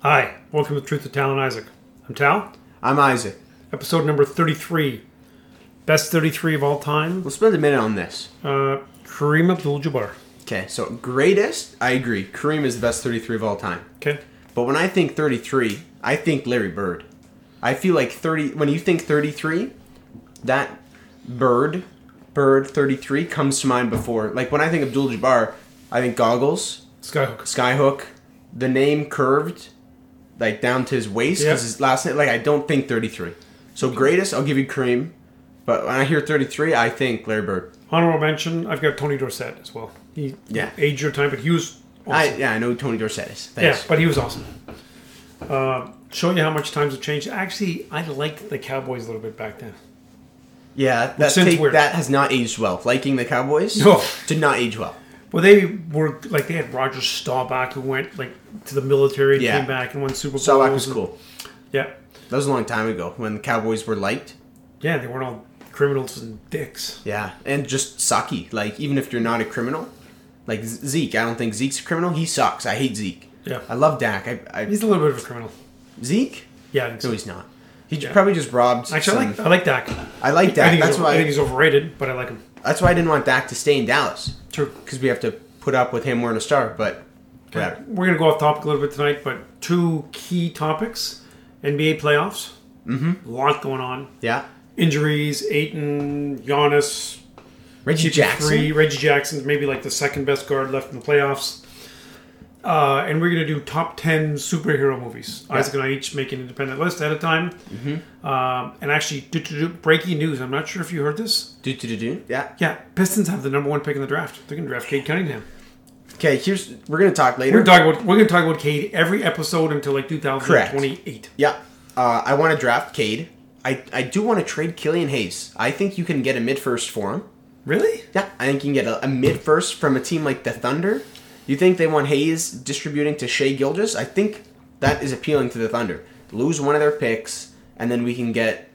Hi, welcome to Truth to Tal and Isaac. I'm Tal. I'm Isaac. Episode number 33. Best 33 of all time. We'll spend a minute on this. Uh, Kareem Abdul-Jabbar. Okay, so greatest, I agree. Kareem is the best 33 of all time. Okay. But when I think 33, I think Larry Bird. I feel like 30 when you think 33, that Bird, Bird 33 comes to mind before. Like when I think Abdul Jabbar, I think goggles, Skyhook. skyhook, the name curved like down to his waist Yeah. because his last name like I don't think 33. So greatest, I'll give you Kareem. But when I hear 33, I think Larry Bird. Honorable mention, I've got Tony Dorsett as well. He Yeah. aged your time, but he was awesome. I, yeah, I know who Tony Dorsett is. yeah, Thanks. but he was awesome. Uh, showing you how much times have changed. Actually, I liked the Cowboys a little bit back then. Yeah, that seems take, weird. that has not aged well. Liking the Cowboys No. did not age well. Well, they were, like, they had Roger Staubach who went, like, to the military, Yeah. came back and won Super Bowl. Solak was cool. Yeah. That was a long time ago when the Cowboys were liked. Yeah, they weren't all criminals and dicks. Yeah, and just sucky. Like even if you're not a criminal, like Z- Zeke, I don't think Zeke's a criminal. He sucks. I hate Zeke. Yeah. I love Dak. I, I He's a little bit of a criminal. Zeke? Yeah, I think No, so. he's not. He Yeah. probably just robbed. Actually, I some- like, I like Dak. I like I Dak. think, That's he's, I think why. he's overrated, but I like him. That's why I didn't want Dak to stay in Dallas True. because we have to put up with him wearing a star. But whatever. We're going to go off topic a little bit tonight, but two key topics NBA playoffs. Mm-hmm. A lot going on. Yeah. Injuries, Aiton, Giannis, Reggie Jackson. Three, Reggie Jackson's maybe like the second best guard left in the playoffs. Uh, and we're going to do top 10 superhero movies. Isaac and I each make an independent list at a time. Mm-hmm. Um, and actually, do, do, do, breaking news. I'm not sure if you heard this. Do do do do. Yeah. Yeah, Pistons have the number one pick in the draft. They're going to draft Cade Cunningham. Okay. Here's we're gonna talk later. We're going to talk about, we're going to talk about Cade every episode until like 2028. Yeah. Uh, I want to draft Cade. I, I do want to trade Killian Hayes. I think you can get a mid first for him. Really? Yeah, I think you can get a, a mid first from a team like the Thunder. You think they want Hayes distributing to Shea Gilgis? I think that is appealing to the Thunder. Lose one of their picks, and then we can get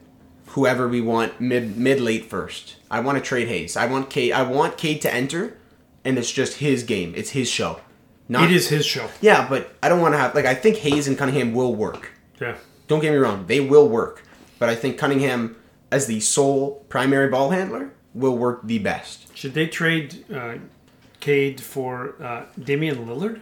whoever we want mid mid late first. I want to trade Hayes. I want Cade. I want Cade to enter, and it's just his game. It's his show. Not It is his show. Yeah, but I don't want to have like I think Hayes and Cunningham will work. Yeah. Don't get me wrong, they will work. But I think Cunningham, as the sole primary ball handler, will work the best. Should they trade uh, Cade for uh, Damian Lillard?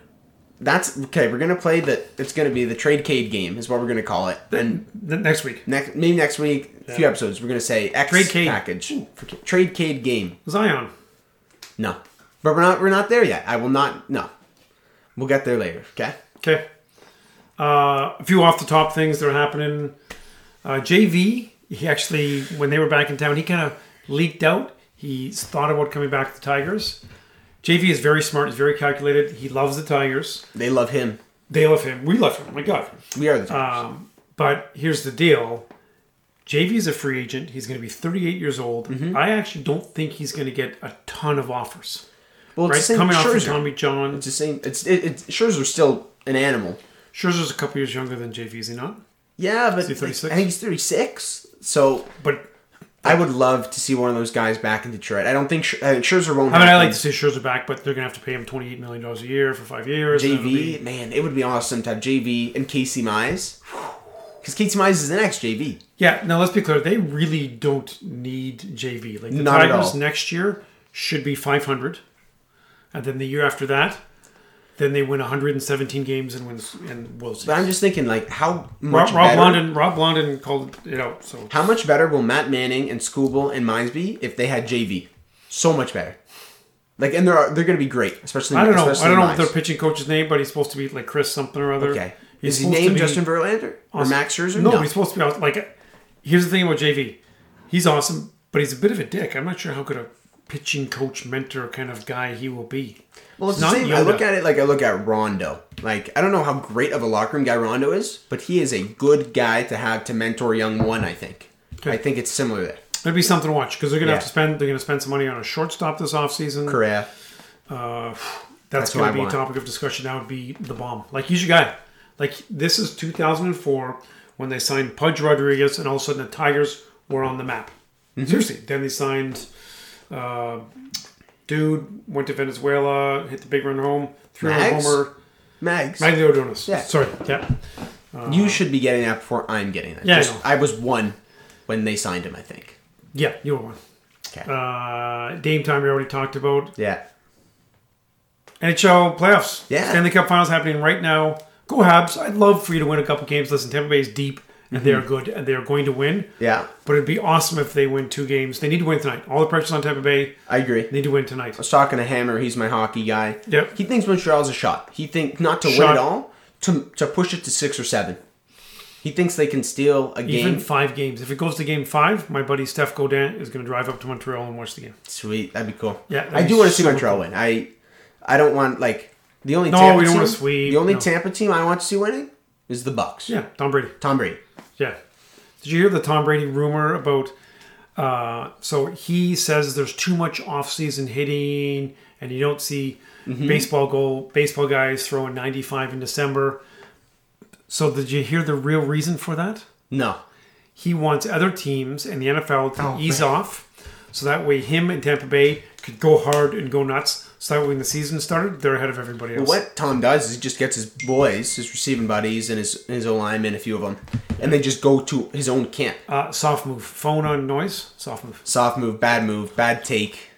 That's okay. We're gonna play the. It's gonna be the trade Cade game, is what we're gonna call it. And N- next week. next, maybe next week, a few episodes, we're gonna say X Trade Cade. package for Cade. trade Cade game. Zion. No, but we're not. We're not there yet. I will not. No, we'll get there later. Okay. Okay. Uh, a few off the top things that are happening. Uh, JV, he actually, when they were back in town, he kind of leaked out. He's thought about coming back to the Tigers. JV is very smart. He's very calculated. He loves the Tigers. They love him. They love him. We love him. Oh my God. We are the. Tigers. Um, but here's the deal. JV is a free agent. He's going to be 38 years old. I actually don't think he's going to get a ton of offers. well, Mm-hmm. it's Right? the same. Coming off Scherzer. of Tommy John. It's the same. It's it, it's Scherzer's still an animal. Scherzer's a couple years younger than JV, is he not? Yeah, but he like, 36? I think he's thirty six. So But I would love to see one of those guys back in Detroit. I don't think Sch- I think Scherzer won't. I mean, I like happen. to see Scherzer back, but they're going to have to pay him $28 million a year for five years. and it'll JV. be- Man, it would be awesome to have JV and Casey Mize, because Casey Mize is the next JV. Yeah, now let's be clear. They really don't need JV. Like, the Not at Tigers all. next year should be 500. And then the year after that, then they win 117 games and wins and World But Series. I'm just thinking, like, how much Rob, Rob better? Blondin, Rob Blondin called it out. So How much better will Matt Manning and Scooble and Mize be if they had JV? So much better. Like, and they're they're going to be great, especially. I don't know. I especially don't know Mize. what their pitching coach's name, but he's supposed to be like Chris something or other. Okay, He's is he supposed to named be- Justin Verlander or Max Scherzer? No, he's supposed to be out. Like, here's the thing about JV. He's awesome, but he's a bit of a dick. I'm not sure how good a pitching coach, mentor kind of guy he will be. Well, it's Not the same. I look Yoda. at it like I look at Rondo. Like I don't know how great of a locker room guy Rondo is, but he is a good guy to have to mentor a young one. I think. I think it's similar there. It'll be something to watch because they're gonna have Yeah. to spend. They're gonna spend some money on a shortstop this offseason. Correa. That's, That's what gonna I be a want. topic of discussion. That would be the bomb. Like he's your guy. Like this is 2004 when they signed Pudge Rodriguez, and all of a sudden the Tigers were on the map. Mm-hmm. Seriously. Then they signed. Uh, Dude went to Venezuela, hit the big run home, threw a Mags? homer. Mags. Maggie O'Donis. Yeah. Sorry. Yeah. you should be getting that before I'm getting that. Yeah, I Just- know. I was one when they signed him. I think. Yeah. You were one. Okay. Uh, Dame time we already talked about. yeah. NHL playoffs. Yeah. Stanley Cup finals happening right now. Go Habs. I'd love for you to win a couple games. Listen, Tampa Bay is deep Mm-hmm. and they're good and they're going to win. Yeah. But it'd be awesome if they win two games. They need to win tonight. All the pressure's on Tampa Bay. I agree. They need to win tonight. I was talking to Hammer. He's my hockey guy. Yep. He thinks Montreal's a shot. He think not to win Shot. it all, to to push it to six or seven. He thinks they can steal a game. Even five games. If it goes to game five, my buddy Steph Godin is going to drive up to Montreal and watch the game. Sweet, that'd be cool. Yeah, that'd I be do want to see super Montreal win. I I don't want like the only No, Tampa we don't team, want a sweep, The only no. Tampa team I want to see winning is the Bucks. Yeah, Tom Brady. Tom Brady. Yeah. Did you hear the Tom Brady rumor about? Uh, so he says there's too much off-season hitting, and you don't see Mm-hmm. baseball goal baseball guys throwing 95 in December. So did you hear the real reason for that? No, He wants other teams and the NFL to Oh, ease off, so that way him and Tampa Bay could go hard and go nuts. So that way when the season started, they're ahead of everybody else. what Tom does is he just gets his boys, his receiving buddies, and his his O linemen, a few of them, and they just go to his own camp. Uh, soft move. Phone on noise. Soft move. Soft move, bad move, bad take.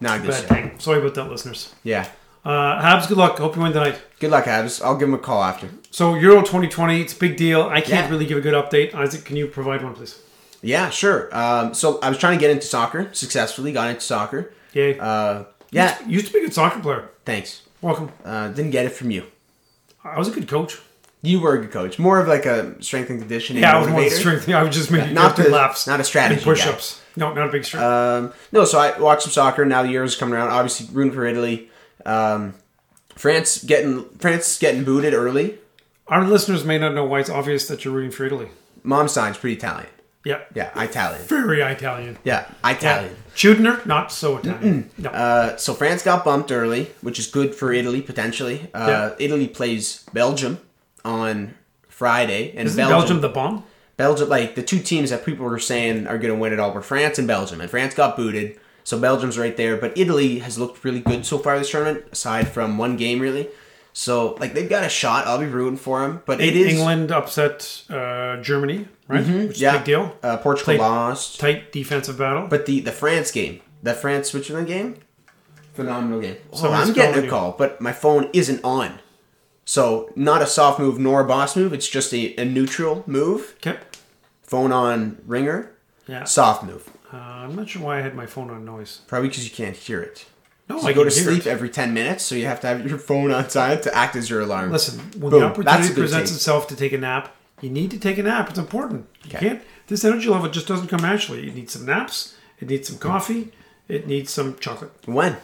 Not good. Bad stuff. thing. Sorry about that, listeners. Yeah. Uh, Habs, good luck. Hope you win tonight. Good luck, Abs. I'll give him a call after. So Euro 2020, it's a big deal. I can't Yeah. really give a good update. Isaac, can you provide one, please? Yeah, sure. Um, so I was trying to get into soccer successfully. Got into soccer. Yay. Uh, yeah. Used to be a good soccer player. Thanks. Welcome. Uh, didn't get it from you. I was a good coach. You were a good coach. More of like a strength and conditioning. Yeah, I was more motivator. the strength. I was just making not good the- laps, not a strategy and push-ups. No, not a big strength. Um, no, so I watched some soccer. Now the Euros coming around. Obviously, rooting for Italy. Um, France getting France getting booted early. Our listeners may not know why it's obvious that you're rooting for Italy. Mom signs pretty Italian. Yeah, Yeah, Italian. very Italian. Yeah, Italian. Chudner, not so Italian. No. Uh, so France got bumped early, which is good for Italy potentially. Uh, Italy plays Belgium on Friday, and Isn't Belgium, Belgium. the bomb? Belgium, like the two teams that people were saying are going to win it all were France and Belgium, and France got booted. So Belgium's right there, but Italy has looked really good so far this tournament, aside from one game really. So like they've got a shot. I'll be rooting for them, but it is England upset uh, Germany, right? Which is yeah. a big deal. Uh, Portugal Played- lost, Tight defensive battle. but the the France game, the France Switzerland game, phenomenal game. So Someone's I'm getting calling a you. call, but my phone isn't on. So not a soft move nor a boss move. It's just a, a neutral move. okay. Phone on ringer, Yeah. soft move. Uh, I'm not sure why I had my phone on noise. Probably because you can't hear it. No, You go Oh, to can hear it. sleep every 10 minutes, so you have to have your phone on silent to act as your alarm. Listen, when Boom. the That's a opportunity good presents take. itself to take a nap, you need to take a nap. It's important. You Okay. can't. This energy level just doesn't come naturally. You need some naps. It needs Hmm. some coffee. It needs some chocolate When?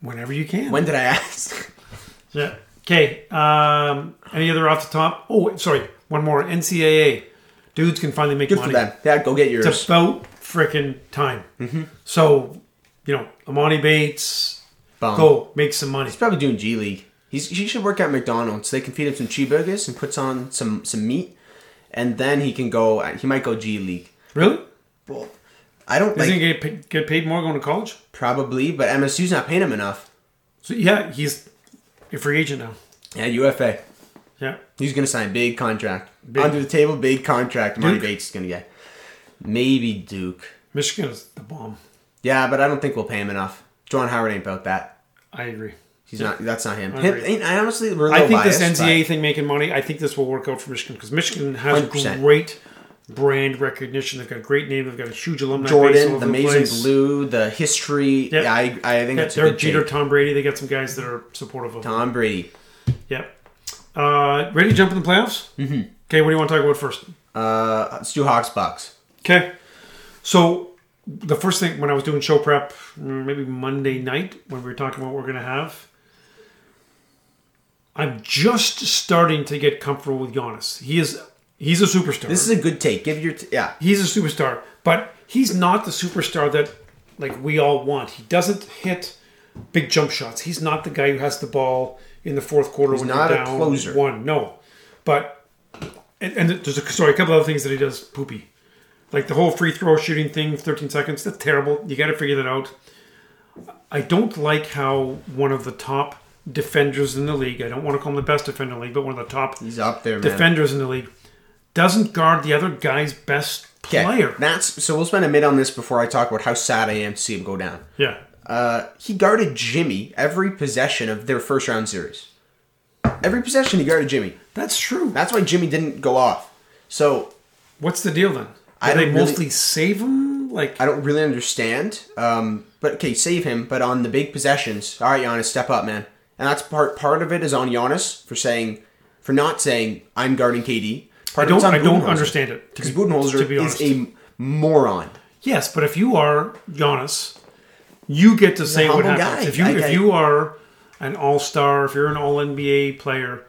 whenever you can. When did I ask? Yeah. Okay. Um, any other off the top? Oh, sorry. One more. NCAA. Dudes can finally make Good for money. them. Yeah, go get yours. It's about freaking time. Mm-hmm. So, you know, Amani Bates, Bum. go make some money. He's probably doing G League. He's, he should work at McDonald's. They can feed him some cheeseburgers and puts on some, some meat, and then he can go. He might go G League. Really? Well, I don't Doesn't like he get paid, get paid more going to college? probably, but MSU's not paying him enough. So yeah, he's a free agent now. Yeah, UFA. Yeah. He's gonna sign big contract under the table. Big contract. Money Duke? Bates is gonna get maybe Duke. Michigan is the bomb. Yeah, but I don't think we'll pay him enough. John Howard ain't about that. I agree. He's not. That's not him. I him agree. ain't, I honestly, we're I a little think biased, this NCAA thing making money, I think this will work out for Michigan because Michigan has 100%. great brand recognition. They've got a great name. They've got a huge alumni but base all Jordan, over the the Amazing place. Blue, the history. Yeah. Yeah, I, I think Yeah, that's a good Derek Jeter, take. Tom Brady. They got some guys that are supportive of. them. Tom Brady. Yeah. Uh, ready to jump in the playoffs? Mm-hmm. Okay. What do you want to talk about first? Uh, let's do Hawks Bucks. Okay. So the first thing when I was doing show prep, mm, maybe Monday night when we were talking about what we're gonna have, I'm just starting to get comfortable with Giannis. He is he's a superstar. This is a good take. Give your t- yeah. he's a superstar, but he's not the superstar that like we all want. He doesn't hit big jump shots. He's not the guy who has the ball in the fourth quarter when not a you're down closer. one. No, but and, and there's a sorry a couple other things that he does poopy, like the whole free throw shooting thing, 13 seconds. That's terrible. You got to figure that out. I don't like how one of the top defenders in the league. I don't want to call him the best defender in the league, but one of the top He's up there, man. defenders in the league. Doesn't guard the other guy's best Okay, player. That's so. We'll spend a minute on this before I talk about how sad I am to see him go down. Yeah. Uh, he guarded Jimmy every possession of their first round series. Every possession he guarded Jimmy. That's true. That's why Jimmy didn't go off. So What's the deal then? Do I they don't really- mostly save him? Like I don't really understand. Um, but okay, save him. But on the big possessions, all right, Giannis, step up, man. And that's part part of it is on Giannis for saying, for not saying I'm guarding KD. I Part don't, of it's on I don't Budenholzer. understand it. because Budenholzer to be is honest. a moron. Yes, but if you are Giannis, you get to say what humble happens. guy. If you I- I- if you are an all star, if you're an all NBA player,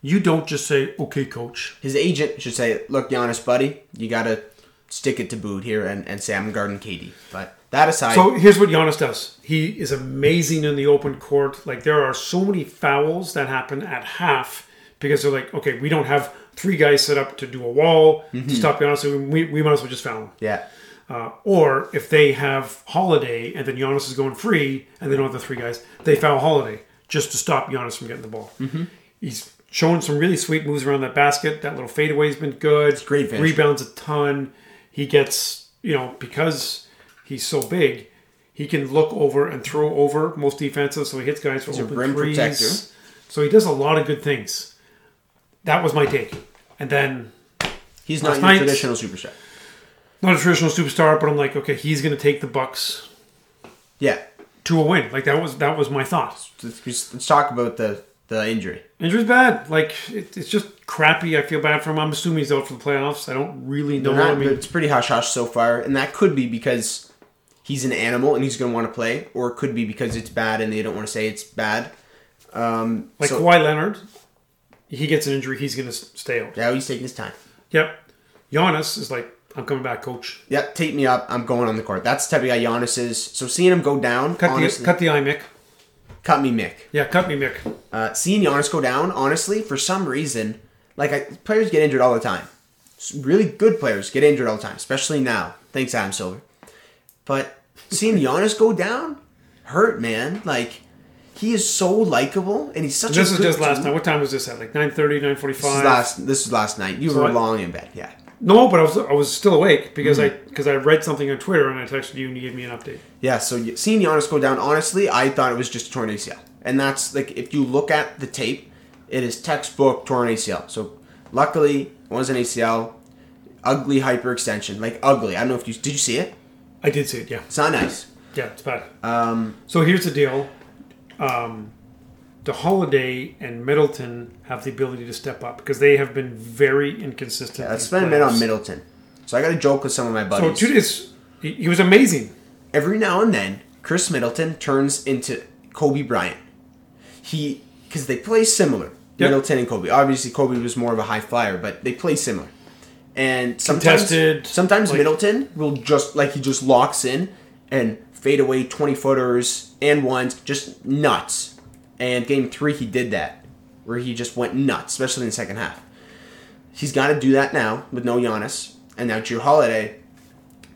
you don't just say, Okay, coach. His agent should say, "Look, Giannis, buddy, you gotta stick it to Boot here and, and say I'm guarding KD." But that aside, So here's what Giannis does. He is amazing in the open court. Like there are so many fouls that happen at half because they're like, okay, we don't have three guys set up to do a wall to stop Giannis. So we, we might as well just foul him. yeah, Uh, or if they have Holiday and then Giannis is going free and they don't have the three guys, they foul Holiday just to stop Giannis from getting the ball. Mm-hmm. He's shown some really sweet moves around that basket. That little fadeaway's been good. great finish. Rebounds a ton. He gets, you know, because he's so big, he can look over and throw over most defenses. So he hits guys for open rim threes. protector. So he does a lot of good things. That was my take. And then he's not Last your night- traditional superstar. not a traditional superstar, but I'm like, okay, he's going to take the Bucks Yeah, to a win. Like that was that was my thought. let's, let's- let's talk about the the injury. Injury's bad. Like it, it's just crappy. I feel bad for him. I'm assuming he's out for the playoffs. I don't really know. Not- I mean, it's pretty hush hush so far, and that could be because he's an animal and he's gonna want to play, or it could be because it's bad and they don't want to say it's bad. Um, like so- Kawhi Leonard, he gets an injury, he's going to stay out. yeah, he's taking his time. Yep. Giannis is like, I'm coming back, coach. Yep, tape me up. I'm going on the court. That's the type of guy Giannis is. So seeing him go down, Cut honestly, the cut the eye, Mick. cut me, Mick. Yeah, cut me, Mick. Uh, seeing Giannis go down, honestly, for some reason, like I, players get injured all the time. S- Really good players get injured all the time, especially now. Thanks, Adam Silver. But seeing Giannis go down, hurt, man. Like he is so likable, and he's such. This a is good just last dude. night. What time was this at? Like 9.30, 9.45? This is last. This is last night. You were I- long in bed. Yeah. No, but I was I was still awake because Mm-hmm. I because I read something on Twitter and I texted you and you gave me an update. Yeah, so y- seeing Giannis go down, honestly, I thought it was just a torn ACL. And that's like, if you look at the tape, it is textbook torn ACL. So luckily, it was an ACL, ugly hyperextension, like ugly. I don't know if you did you see it. I did see it, yeah. It's not nice. Yeah, it's bad. Um, so here's the deal: um, the Holiday and Middleton have the ability to step up because they have been very inconsistent. Let's in spend a minute on playoffs. Middleton. So I got a joke with some of my So buddies. two days, he, he was amazing. Every now and then, Chris Middleton turns into Kobe Bryant. He because they play similar. Yep. Middleton and Kobe. Obviously, Kobe was more of a high flyer, but they play similar. And sometimes, Contested, sometimes like- Middleton will just like he just locks in and fade away twenty footers and ones, just nuts. And game three, he did that, where he just went nuts, especially in the second half. He's got to do that now with no Giannis, and now Drew Holiday.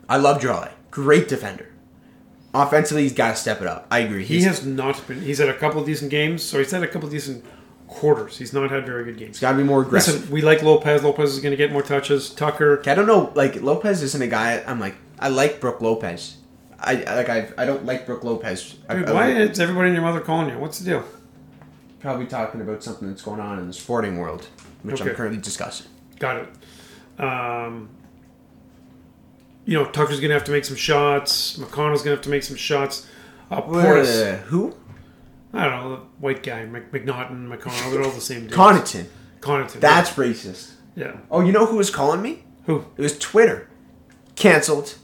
I love Drew Holiday, great defender. Offensively, he's got to step it up. I agree. He He's, has not been. He's had a couple decent games. So he's had a couple decent quarters. He's not had very good games. got to be more aggressive. Listen, we like Lopez. Lopez is going to get more touches. Tucker. I don't know. Like Lopez isn't a guy. I'm like I like Brooke Lopez. I I- like I I don't like Brooke Lopez. I, Dude, I why like- is everybody and your mother calling you? What's the deal? probably talking about something that's going on in the sporting world, which Okay. I'm currently discussing. Got it. Um, you know, Tucker's going to have to make some shots. McConnell's going to have to make some shots. Uh, Portis, Uh, who? I don't know, the white guy, Mc, McNaughton, McConnell, they're all the same dude. Connaughton. Connaughton. That's racist. yeah. Oh, you know who was calling me? Who? It was Twitter. Cancelled.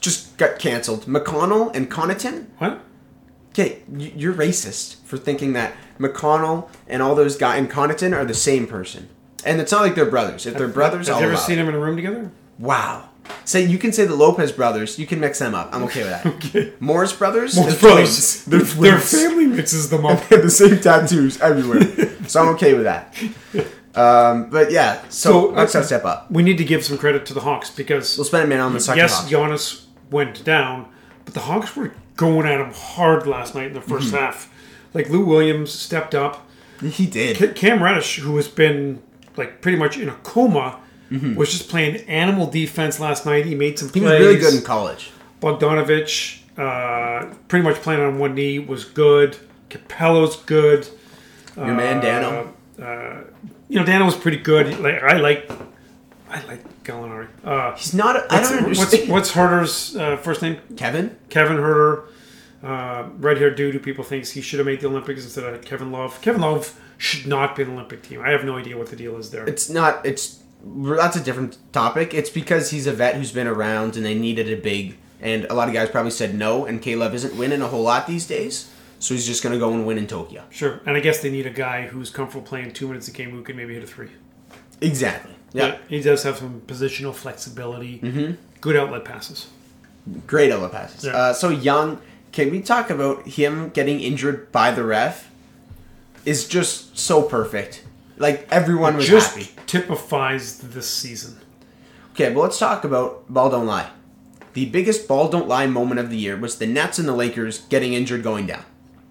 Just got cancelled. McConnell and Connaughton. What? Okay, y- you're racist for thinking that McConnell and all those guys and Connaughton are the same person. And it's not like they're brothers. If they're brothers, Have I'll you ever allow it. seen them in a room together? Wow. Say you can say the Lopez brothers. You can mix them up. I'm okay with that. Okay. Morris brothers. Both they're brothers. twins. They're Their twins. family mixes them up. They have the same tattoos everywhere, so I'm okay with that. Um, but yeah, so, So, let's uh, not step up. we need to give some credit to the Hawks because, We'll spend a minute on the second yes, half. Mm-hmm. Giannis went down, but the Hawks were going at him hard last night in the 1st half. Like Lou Williams stepped up. He did. Ca- Cam Reddish, who has been like pretty much in a coma, was just playing animal defense last night. He made some Mm-hmm. He plays. was really good in college. Bogdanovich, uh, pretty much playing on one knee, was good. Capello's good. Your Uh, man Dano. You know, Dano was pretty good. Like I like, I like Gallinari. Uh, He's not. I don't what's understand. what's Herder's uh, first name? Kevin? Kevin Herder, uh, red-haired dude who people thinks he should have made the Olympics instead of Kevin Love. Kevin Love should not be an Olympic team. I have no idea what the deal is there. It's not. It's that's a different topic. It's because he's a vet who's been around, and they needed a big. And a lot of guys probably said no. And Caleb isn't winning a whole lot these days, so he's just gonna go and win in Tokyo. sure, and I guess they need a guy who's comfortable playing two minutes a game who can maybe hit a three. Exactly. Yeah. Mm-hmm. But he does have some positional flexibility. Good outlet passes. Great Ella passes. Yeah. Uh, so Young, can we talk about him getting injured by the ref? Is just so perfect. Like everyone was Just happy. typifies this season. Okay, but let's talk about ball don't lie. The biggest ball don't lie moment of the year was the Nets and the Lakers getting injured going down.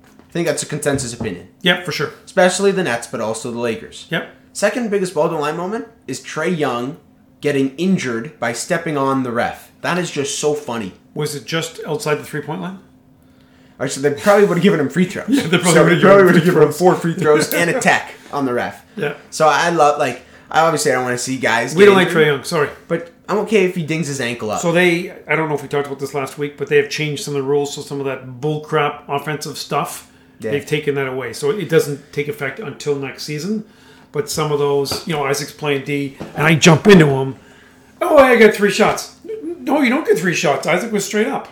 I think that's a consensus opinion, Yep, for sure. especially the Nets, but also the Lakers. Yep. Second biggest ball don't lie moment is Trey Young getting injured by stepping on the ref. That is just so funny. Was it just outside the three-point line? Or so they probably would have given him free throws. yeah, they probably so would've they probably given him would have free given him throws. four free throws and a tech on the ref. Yeah. So I love like I obviously I don't want to see guys. We get don't like injured, Trey Young. Sorry. but I'm okay if he dings his ankle up. So they, I don't know if we talked about this last week, but they have changed some of the rules. So some of that bullcrap offensive stuff, Yeah. they've taken that away. So it doesn't take effect until next season. But some of those, you know, Isaac's playing D, and I jump into him. Oh, I got three shots. No, you don't get three shots. Isaac was straight up.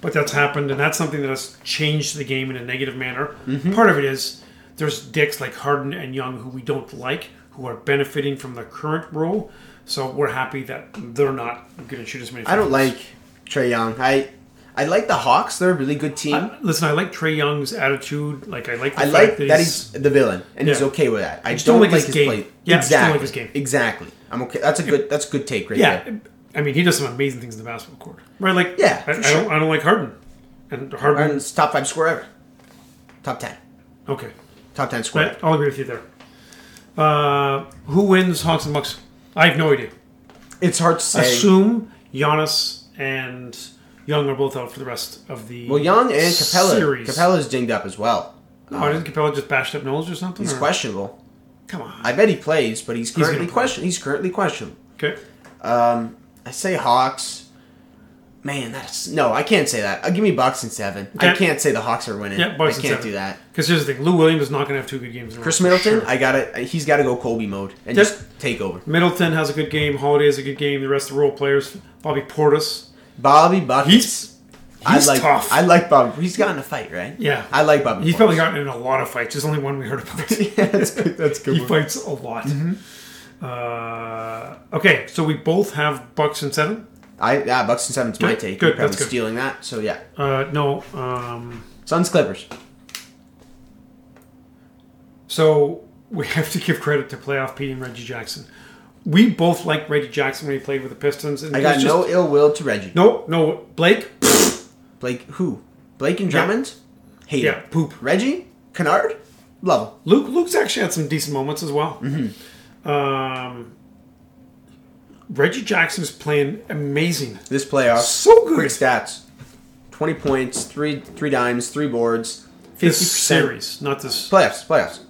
But that's happened, and that's something that has changed the game in a negative manner. Mm-hmm. Part of it is there's dicks like Harden and Young who we don't like, who are benefiting from the current rule. So we're happy that they're not going to shoot as many. I don't like Trey Young. I I like the Hawks. They're a really good team. I, Listen, I like Trey Young's attitude. Like I like. The fact like that, that he's, he's the villain, and he's Yeah. okay with that. I just don't, like his, game. play. Yeah, just exactly. don't like his game. Exactly. I'm okay. That's a good. That's a good take right yeah. there. I mean, he does some amazing things in the basketball court, right? Like, Yeah, I, for I sure. don't, I don't like Harden, and Harden. Harden's top five scorer ever. Top ten. Okay, Top ten scorer. but I'll agree with you there. Uh, who wins Hawks and Bucks? I have no idea. It's hard to say. Assume Giannis and Young are both out for the rest of the well, Young and Capella. series. Capella's dinged up as well. oh, isn't Capella just bashed up Knowles or something? He's or- questionable. Come on. I bet he plays, but he's gonna currently play. question. He's currently questionable. okay. I say Hawks. Man, that's no. I can't say that. Uh, give me Bucks and seven. I Okay. can't say the Hawks are winning. Yeah, Bucks I and can't seven. do that. Because here's the thing: Lou Williams is not going to have two good games. in a row, Chris for Middleton, sure. I got to He's got to go Colby mode and Yep. just take over. Middleton has a good game. Holiday has a good game. The rest of the role players, Bobby Portis, Bobby Buckets. He's- I he's like, tough. I like Bobby. He's gotten a fight, right? Yeah. I like Bobby. he's Portis. probably gotten in a lot of fights. There's only one we heard about. yeah, that's good. That's a good. he one. fights a lot. Mm-hmm. Uh, okay, so we both have Bucks and seven. I yeah, Bucks and seven's my Good, take. good, You're probably that's good. stealing that. So yeah, Uh, no, um, Suns Clippers. so we have to give credit to playoff Pete and Reggie Jackson. We both liked Reggie Jackson when he played with the Pistons. And I got there's no just- ill will to Reggie. no, no, Blake. Blake who? Blake and Drummond. Hate yeah, him. poop. Reggie Kennard. Love him. Luke Luke's actually had some decent moments as well. Um, Reggie Jackson is playing amazing. This playoff. So good. Quick stats: twenty points, three three dimes, three boards, This fifty percent. series, not this. Playoffs, playoffs.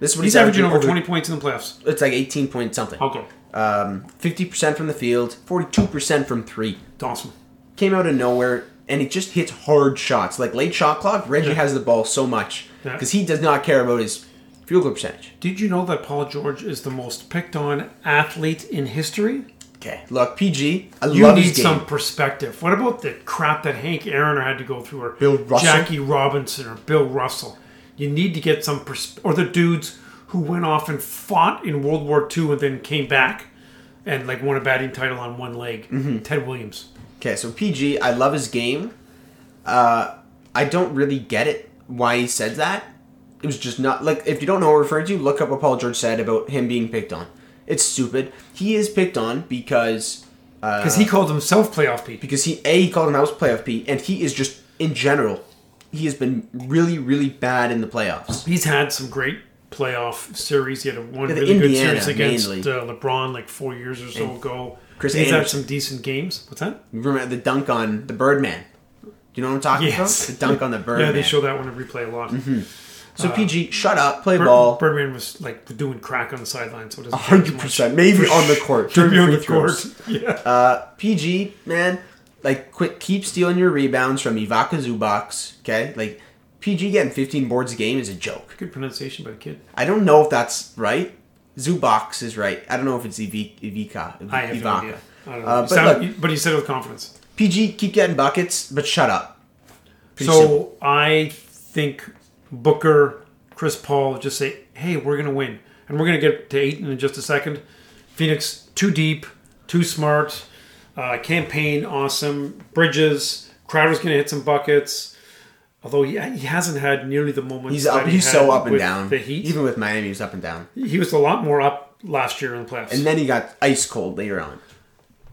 This is what He's averaging over Oh. 20 points in the playoffs. It's like eighteen point something. I'll go. Um, fifty percent from the field, forty-two percent from three. Dawson. Came out of nowhere, and it just hits hard shots. Like late shot clock, Reggie Yeah. has the ball so much Yeah. because he does not care about his field goal percentage. Did you know that Paul George is the most picked on athlete in history? Okay, look, PG. I You love need his game. some perspective. What about the crap that Hank Aaron had to go through, or Bill Russell? Jackie Robinson, or Bill Russell? You need to get some pers- or the dudes who went off and fought in World War II and then came back and like won a batting title on one leg. Mm-hmm. Ted Williams. Okay, so PG, I love his game. Uh, I don't really get it why he said that. It was just not like if you don't know what I'm referring to, look up what Paul George said about him being picked on. It's stupid. He is picked on because Because he called himself playoff Pete. because he a he called him out as playoff P, and he is just in general he has been really, really bad in the playoffs. He's had some great playoff series. He had a one Yeah, the really Indiana, good series against uh, mainly. LeBron like four years or so ago. Chris he's had Anderson. some decent games. What's that? Remember the dunk on the Birdman? Do you know what I'm talking Yes. about? The dunk on the Birdman. yeah, they uh, show that one in replay a lot. Mm-hmm. so PG, shut up, play Bir- ball. Birdman was like doing crack on the sideline, so it doesn't count as Hundred much. percent, maybe on the court. Should be during on the free throws. court. Yeah. Uh, PG, man, like quit, keep stealing your rebounds from Ivaka Zubox. Okay, like PG getting 15 boards a game is a joke. Good pronunciation by the kid. I don't know if that's right. Zubox is right. I don't know if it's Ivi- Ivica. Iv- I have no Ivaka. idea. I don't know. Uh, He but sounded- look- he- but he said it with confidence. PG, keep getting buckets, but shut up. Pretty so simple. I think Booker, Chris Paul just say, "Hey, we're gonna win, and we're gonna get to eight in just a second. Phoenix too deep, too smart. Uh, campaign awesome. Bridges, Crowder's gonna hit some buckets. Although he, he hasn't had nearly the moments. he's that up. he He's had so up and with down. The Heat. even with Miami, he's up and down. he was a lot more up last year in the playoffs. And then he got ice cold later on.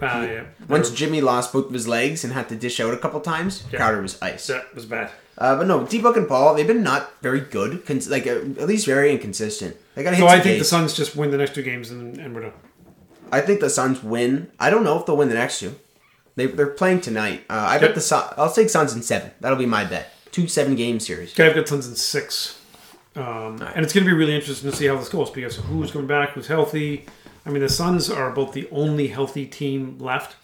uh, yeah, Once Jimmy lost both of his legs and had to dish out a couple times, Crowder was ice. that was bad. Uh, but no, D-Book and Paul, they've been not very good, cons- like uh, at least very inconsistent. They got hit. So I think the the Suns just win the next two games and, and we're done. I think the Suns win. I don't know if they'll win the next two. They they're playing tonight. Uh, I bet the Sun. I'll take Suns in seven. That'll be my bet. Two seven game series. Okay, I've got Suns in six, um, and it's going to be really interesting to see how this goes because who's coming back, who's healthy. I mean, the Suns are about the only healthy team left,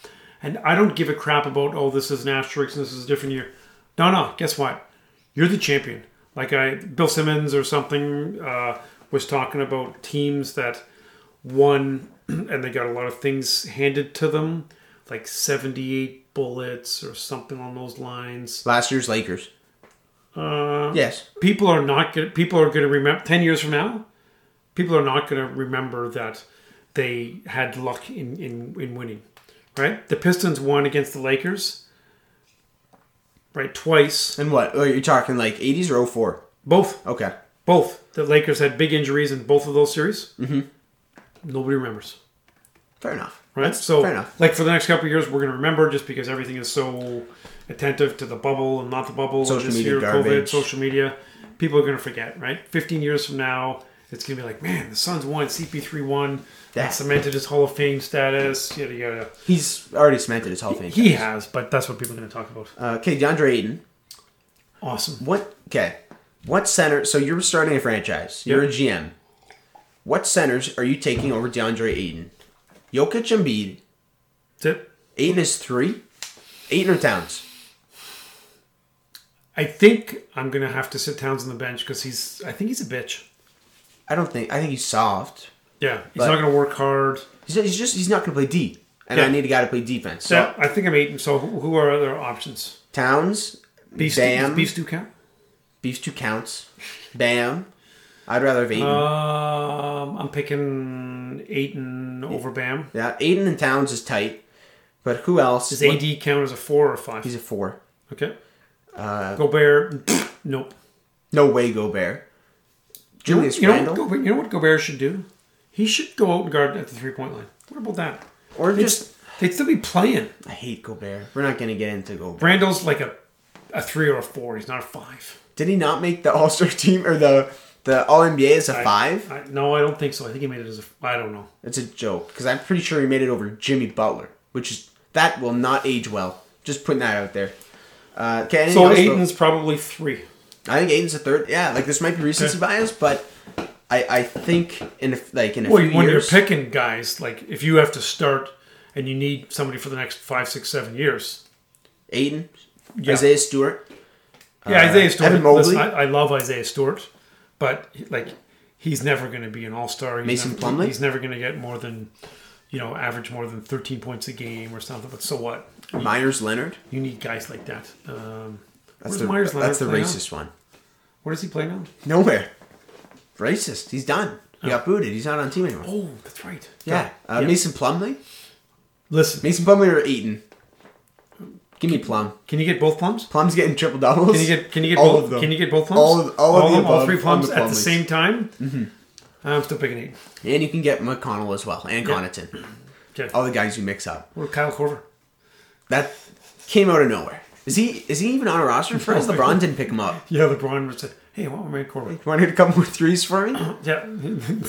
and I don't give a crap about oh this is an asterisk and this is a different year. No, no, guess what? You're the champion. Like I, Bill Simmons or something uh, was talking about teams that won and they got a lot of things handed to them, like 78 bullets or something on those lines. Last year's Lakers. Uh, yes. people are not going people are going to remember 10 years from now people are not going to remember that they had luck in, in in winning right the pistons won against the lakers right twice And what? Oh, you're talking like 80s or 04? both Okay. both the lakers had big injuries in both of those series mm-hmm. nobody remembers Fair enough. right so fair enough. like for the next couple of years we're going to remember just because everything is so attentive to the bubble and not the bubble and Social this media year, covid garbage. social media people are going to forget right 15 years from now it's going to be like man the suns won cp3 won that That- cemented his hall of fame status yada yada He's already cemented his Hall of Fame. he has but that's what people are going to talk about Uh, okay, DeAndre Ayton. awesome What? Okay. What center? So you're starting a franchise. You're Yep. a GM. What centers are you taking over DeAndre Ayton? Jokic and Bede. that's it Ayton is three. Ayton or Towns? i think i'm going to have to sit towns on the bench because he's i think he's a bitch I don't think. I think he's soft. yeah he's But- not going to work hard He's, he's just. He's not going to play D. And Yeah. I need a guy to play defense. So so i think i'm eating so who who are other options Towns, beef stew, Bam, does beef stew count beef two counts. Bam. I'd rather have Ayton. Uh, Um, I'm picking Aiton over Bam. yeah, Ayton and Towns is tight. But who else? Does What- AD count as a four or a five? He's a four. Okay. Uh, Gobert, nope. No way, Gobert. Julius You know, Randle. what Gobert, you know what Gobert should do? He should go out and guard at the three point line. What about that? or just They'd still be playing. I hate Gobert. We're not going to get into Gobert. Randall's like a a three or a four. He's not a five. Did he not make the All Star team or the the All NBA as a five? I, no, I don't think so. I think he made it as a. I don't know. It's a joke because I'm pretty sure he made it over Jimmy Butler, which is that will not age well. Just putting that out there. Uh, okay, anything So else, though? Aiton's probably three. I think Aiden's a third. Yeah, like this might be recency bias, but I I think in a, like in a Well, few when years, you're picking guys, like if you have to start and you need somebody for the next five, six, seven years, Aiden, Yeah. Isaiah Stewart. Yeah, Uh, Isaiah Stewart. Evan Mobley. listen, I, I love Isaiah Stewart, but like he's never going to be an All Star. Mason never, Plumlee? He's never going to get more than you know average more than thirteen points a game or something. But so what? Myers Leonard. You need guys like that. Um, That's where's the Myers Leonard that's the play now? racist one. Where does he play now? Nowhere. Racist. He's done. He got booted. He's not on team anymore. Oh, that's right. yeah. Uh, Yeah. Mason Plumley. Listen, Mason Plumlee or Eaton? Give me Plum. can you get both plums? Plum's getting triple doubles. Can you get can you get all both? of them? Can you get both plums? All of- all of the all above three on plums the at the Plumlees. same time. Mm-hmm. I'm still picking eight. and you can get McConnell as well, and Connaughton. Okay. All the guys you mix up. Or Kyle Corver. That came out of nowhere. Is he is he even on a roster for us? LeBron didn't pick him up. Yeah, LeBron would say, "Hey, why don't we make Corbin?" You want to hit a couple more threes for me? Yeah,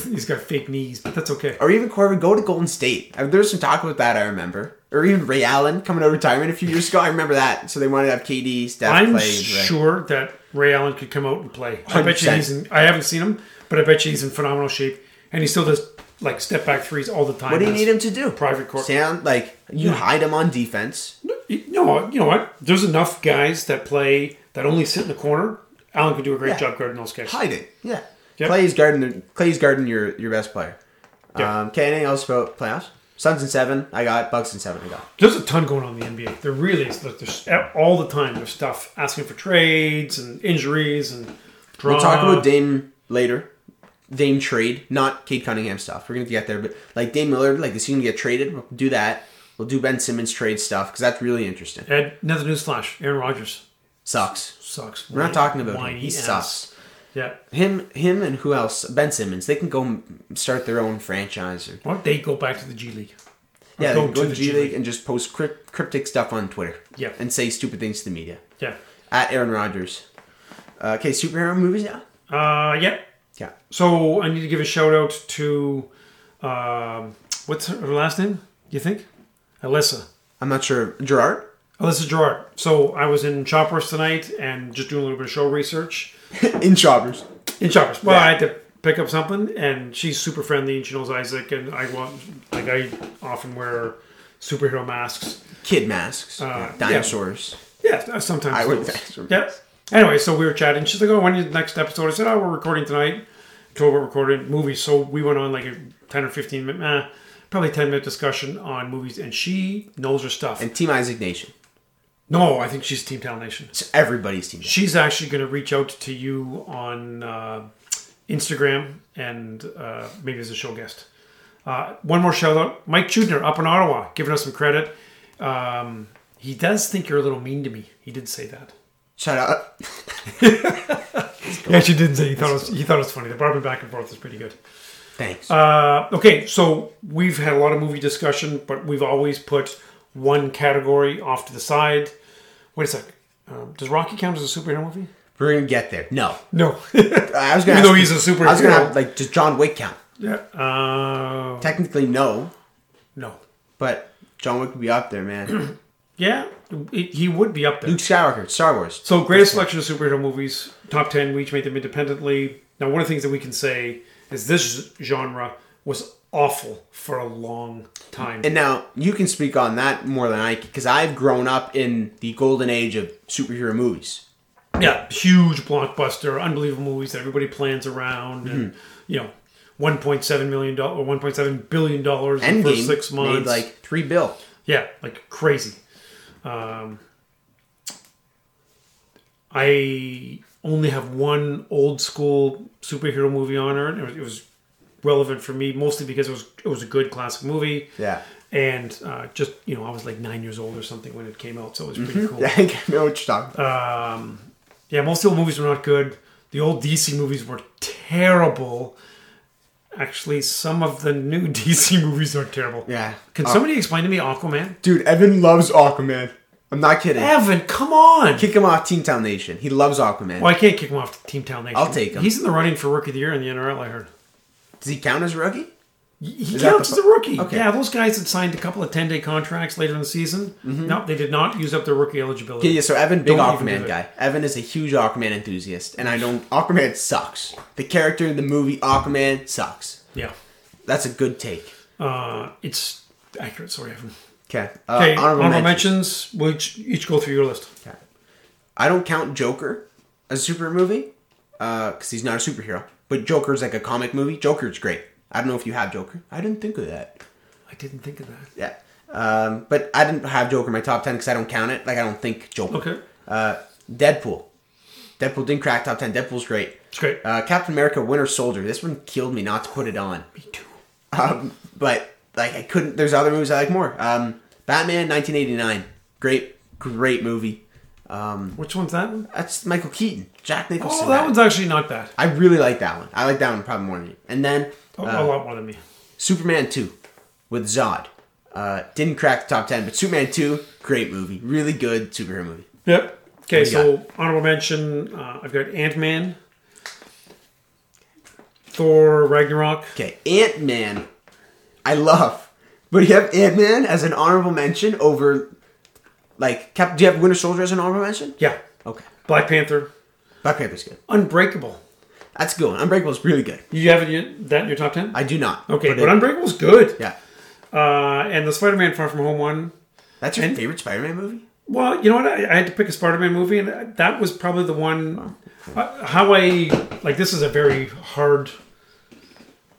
he's got fake knees, but that's okay. Or even Corbin, go to Golden State. I mean, there was some talk about that, I remember. Or even Ray Allen coming out of retirement a few years ago. I remember that. So they wanted to have KD, Steph, I'm play. sure that Ray Allen could come out and play. I bet you 100%. he's in. I haven't seen him, but I bet you he's in phenomenal shape, and he still does like step back threes all the time. What do you That's- need him to do? Private court. Sound like you hide him on defense. No, you know what? There's enough guys that play that only sit in the corner. Allen could do a great Yeah. job guarding those guys. Hide it. Yeah. Yep. Clay's guarding the, Clay's guarding your your best player. Yeah. Um, okay, anything else about playoffs? Suns and seven, I got. Bucks and seven, I got. There's a ton going on in the NBA. There really is. Like, There's all the time. There's stuff asking for trades and injuries and drama. We'll talk about Dame later. Dame trade, not Kate Cunningham stuff. We're gonna get there, but like Dame Miller, like is he gonna get traded? We'll do that. We'll do Ben Simmons trade stuff because that's really interesting. Ed, another newsflash: Aaron Rodgers Sucks. sucks. We're not talking about him. Whiny He ass. sucks. Yeah. Him, him, and who else? Ben Simmons. They can go m- start their own franchise. Or, Why don't they go back to the G League? Or yeah, they go can go to the G League and just post crypt, cryptic stuff on Twitter. Yeah. and say stupid things to the media. Yeah. At Aaron Rodgers. Uh, okay, superhero movies now. Uh, yeah. Yeah, So I need to give a shout out to um, what's her last name? You think Alyssa? I'm not sure. Gerard. Alyssa Gerard. So I was in Choppers tonight and just doing a little bit of show research In Choppers. in Choppers. Well, Yeah. I had to pick up something, and she's super friendly. and She knows Isaac, and I want like I often wear superhero masks. Kid masks. Uh, yeah. dinosaurs. Yeah, sometimes I would those. think. Yeah. Anyway, so we were chatting. She's like, "Oh, when is the next episode?" I said, "Oh, we're recording tonight." Told her we're recording movies. So we went on like a ten or fifteen minute, eh, probably ten minute discussion on movies, and she knows her stuff. And Team Isaac Nation. no, I think she's Team Talent Nation. It's everybody's team. She's actually going to reach out to you on uh, Instagram and uh, maybe as a show guest. Uh, one more shout out, Mike Chudner up in Ottawa, giving us some credit. Um, he does think you're a little mean to me. He did say that. Shut up. He actually didn't say he thought it was, he thought it was funny. The bourbon back and forth is pretty good. Thanks. Uh, okay, so we've had a lot of movie discussion, but we've always put one category off to the side. Wait a sec. Um, does Rocky count as a superhero movie? We're gonna get there. No. No. I was gonna Even though ask- he's a superhero. I was gonna have, like does John Wick count? yeah. Uh, Technically no, no. but John Wick would be up there, man. Yeah, it, he would be up there. Luke Skywalker, Star Wars. So, greatest selection of superhero movies, top 10, we each made them independently. Now, one of the things that we can say is this genre was awful for a long time. And now you can speak on that more than I can because I've grown up in the golden age of superhero movies. yeah, huge blockbuster, unbelievable movies that everybody plans around, and Mm-hmm. you know, one point seven million dollars, one point seven billion dollars in the Endgame first six months. made like three bill. yeah, like crazy. Um, I only have one old school superhero movie on her. and It was, it was relevant for me mostly because it was it was a good classic movie. Yeah. And uh, just you know, I was like nine years old or something when it came out, so it was pretty cool. I think I know what you're talking about. Yeah, most of the old movies were not good. The old DC movies were terrible. Actually, some of the new DC movies are terrible. yeah. Can Oh, somebody explain to me Aquaman? dude, Evan loves Aquaman. I'm not kidding. Evan, come on! Kick him off Teen Town Nation. He loves Aquaman. Well, I can't kick him off Team Town Nation. I'll take him. He's in the running for Rookie of the Year in the NRL, I heard. Does he count as a rookie? He he that counts the as a rookie. Okay. Yeah, those guys had signed a couple of 10 day contracts later in the season. Mm-hmm. No, they did not use up their rookie eligibility. Yeah, yeah, so Evan, big Don't even do Aquaman it. guy. Evan is a huge Aquaman enthusiast, and I don't. Aquaman sucks. The character in the movie Aquaman sucks. Yeah. That's a good take. Uh, it's accurate. Sorry, Evan. Okay. Okay, Uh, honorable, honorable, mention. mentions. We'll each, each go through your list. Okay. I don't count Joker as a superhero movie because he's not a superhero. But Joker's like a comic movie. Joker's great. I don't know if you have Joker. I didn't think of that. I didn't think of that. Yeah. Um, but I didn't have Joker in my top ten because I don't count it. Like I don't think Joker. Okay. Uh, Deadpool. Deadpool didn't crack top ten. Deadpool's great. It's great. Uh, Captain America: Winter Soldier. This one killed me not to put it on, Me too. um, but like I couldn't. There's other movies I like more. Um, Batman 1989, great, great movie. Um, Which one's that one? that's Michael Keaton, Jack Nicholson. Oh, that one's actually not bad. I really like that one. I like that one probably more than you. And then A, uh, a lot more than me. Superman 2 with Zod. Uh, didn't crack the top ten, but Superman 2, great movie, really good superhero movie. Yep. Okay, What do you so honorable mention uh, I've got Ant Man, Thor, Ragnarok. Okay, Ant Man, I love, but you have Ant Man as an honorable mention over, like, Cap. Do you have Winter Soldier as an honorable mention? Yeah. Okay, Black Panther, Black Panther's good. Unbreakable. That's a good. One. Unbreakable's really good. You haven't yet, that in your top 10? I do not. okay, put but it- Unbreakable's good. yeah, Uh, and the Spider Man Far From Home one. that's your favorite Spider-Man movie. Well, you know what? I, I had to pick a Spider-Man movie, and that was probably the one. Uh, how I like this is a very hard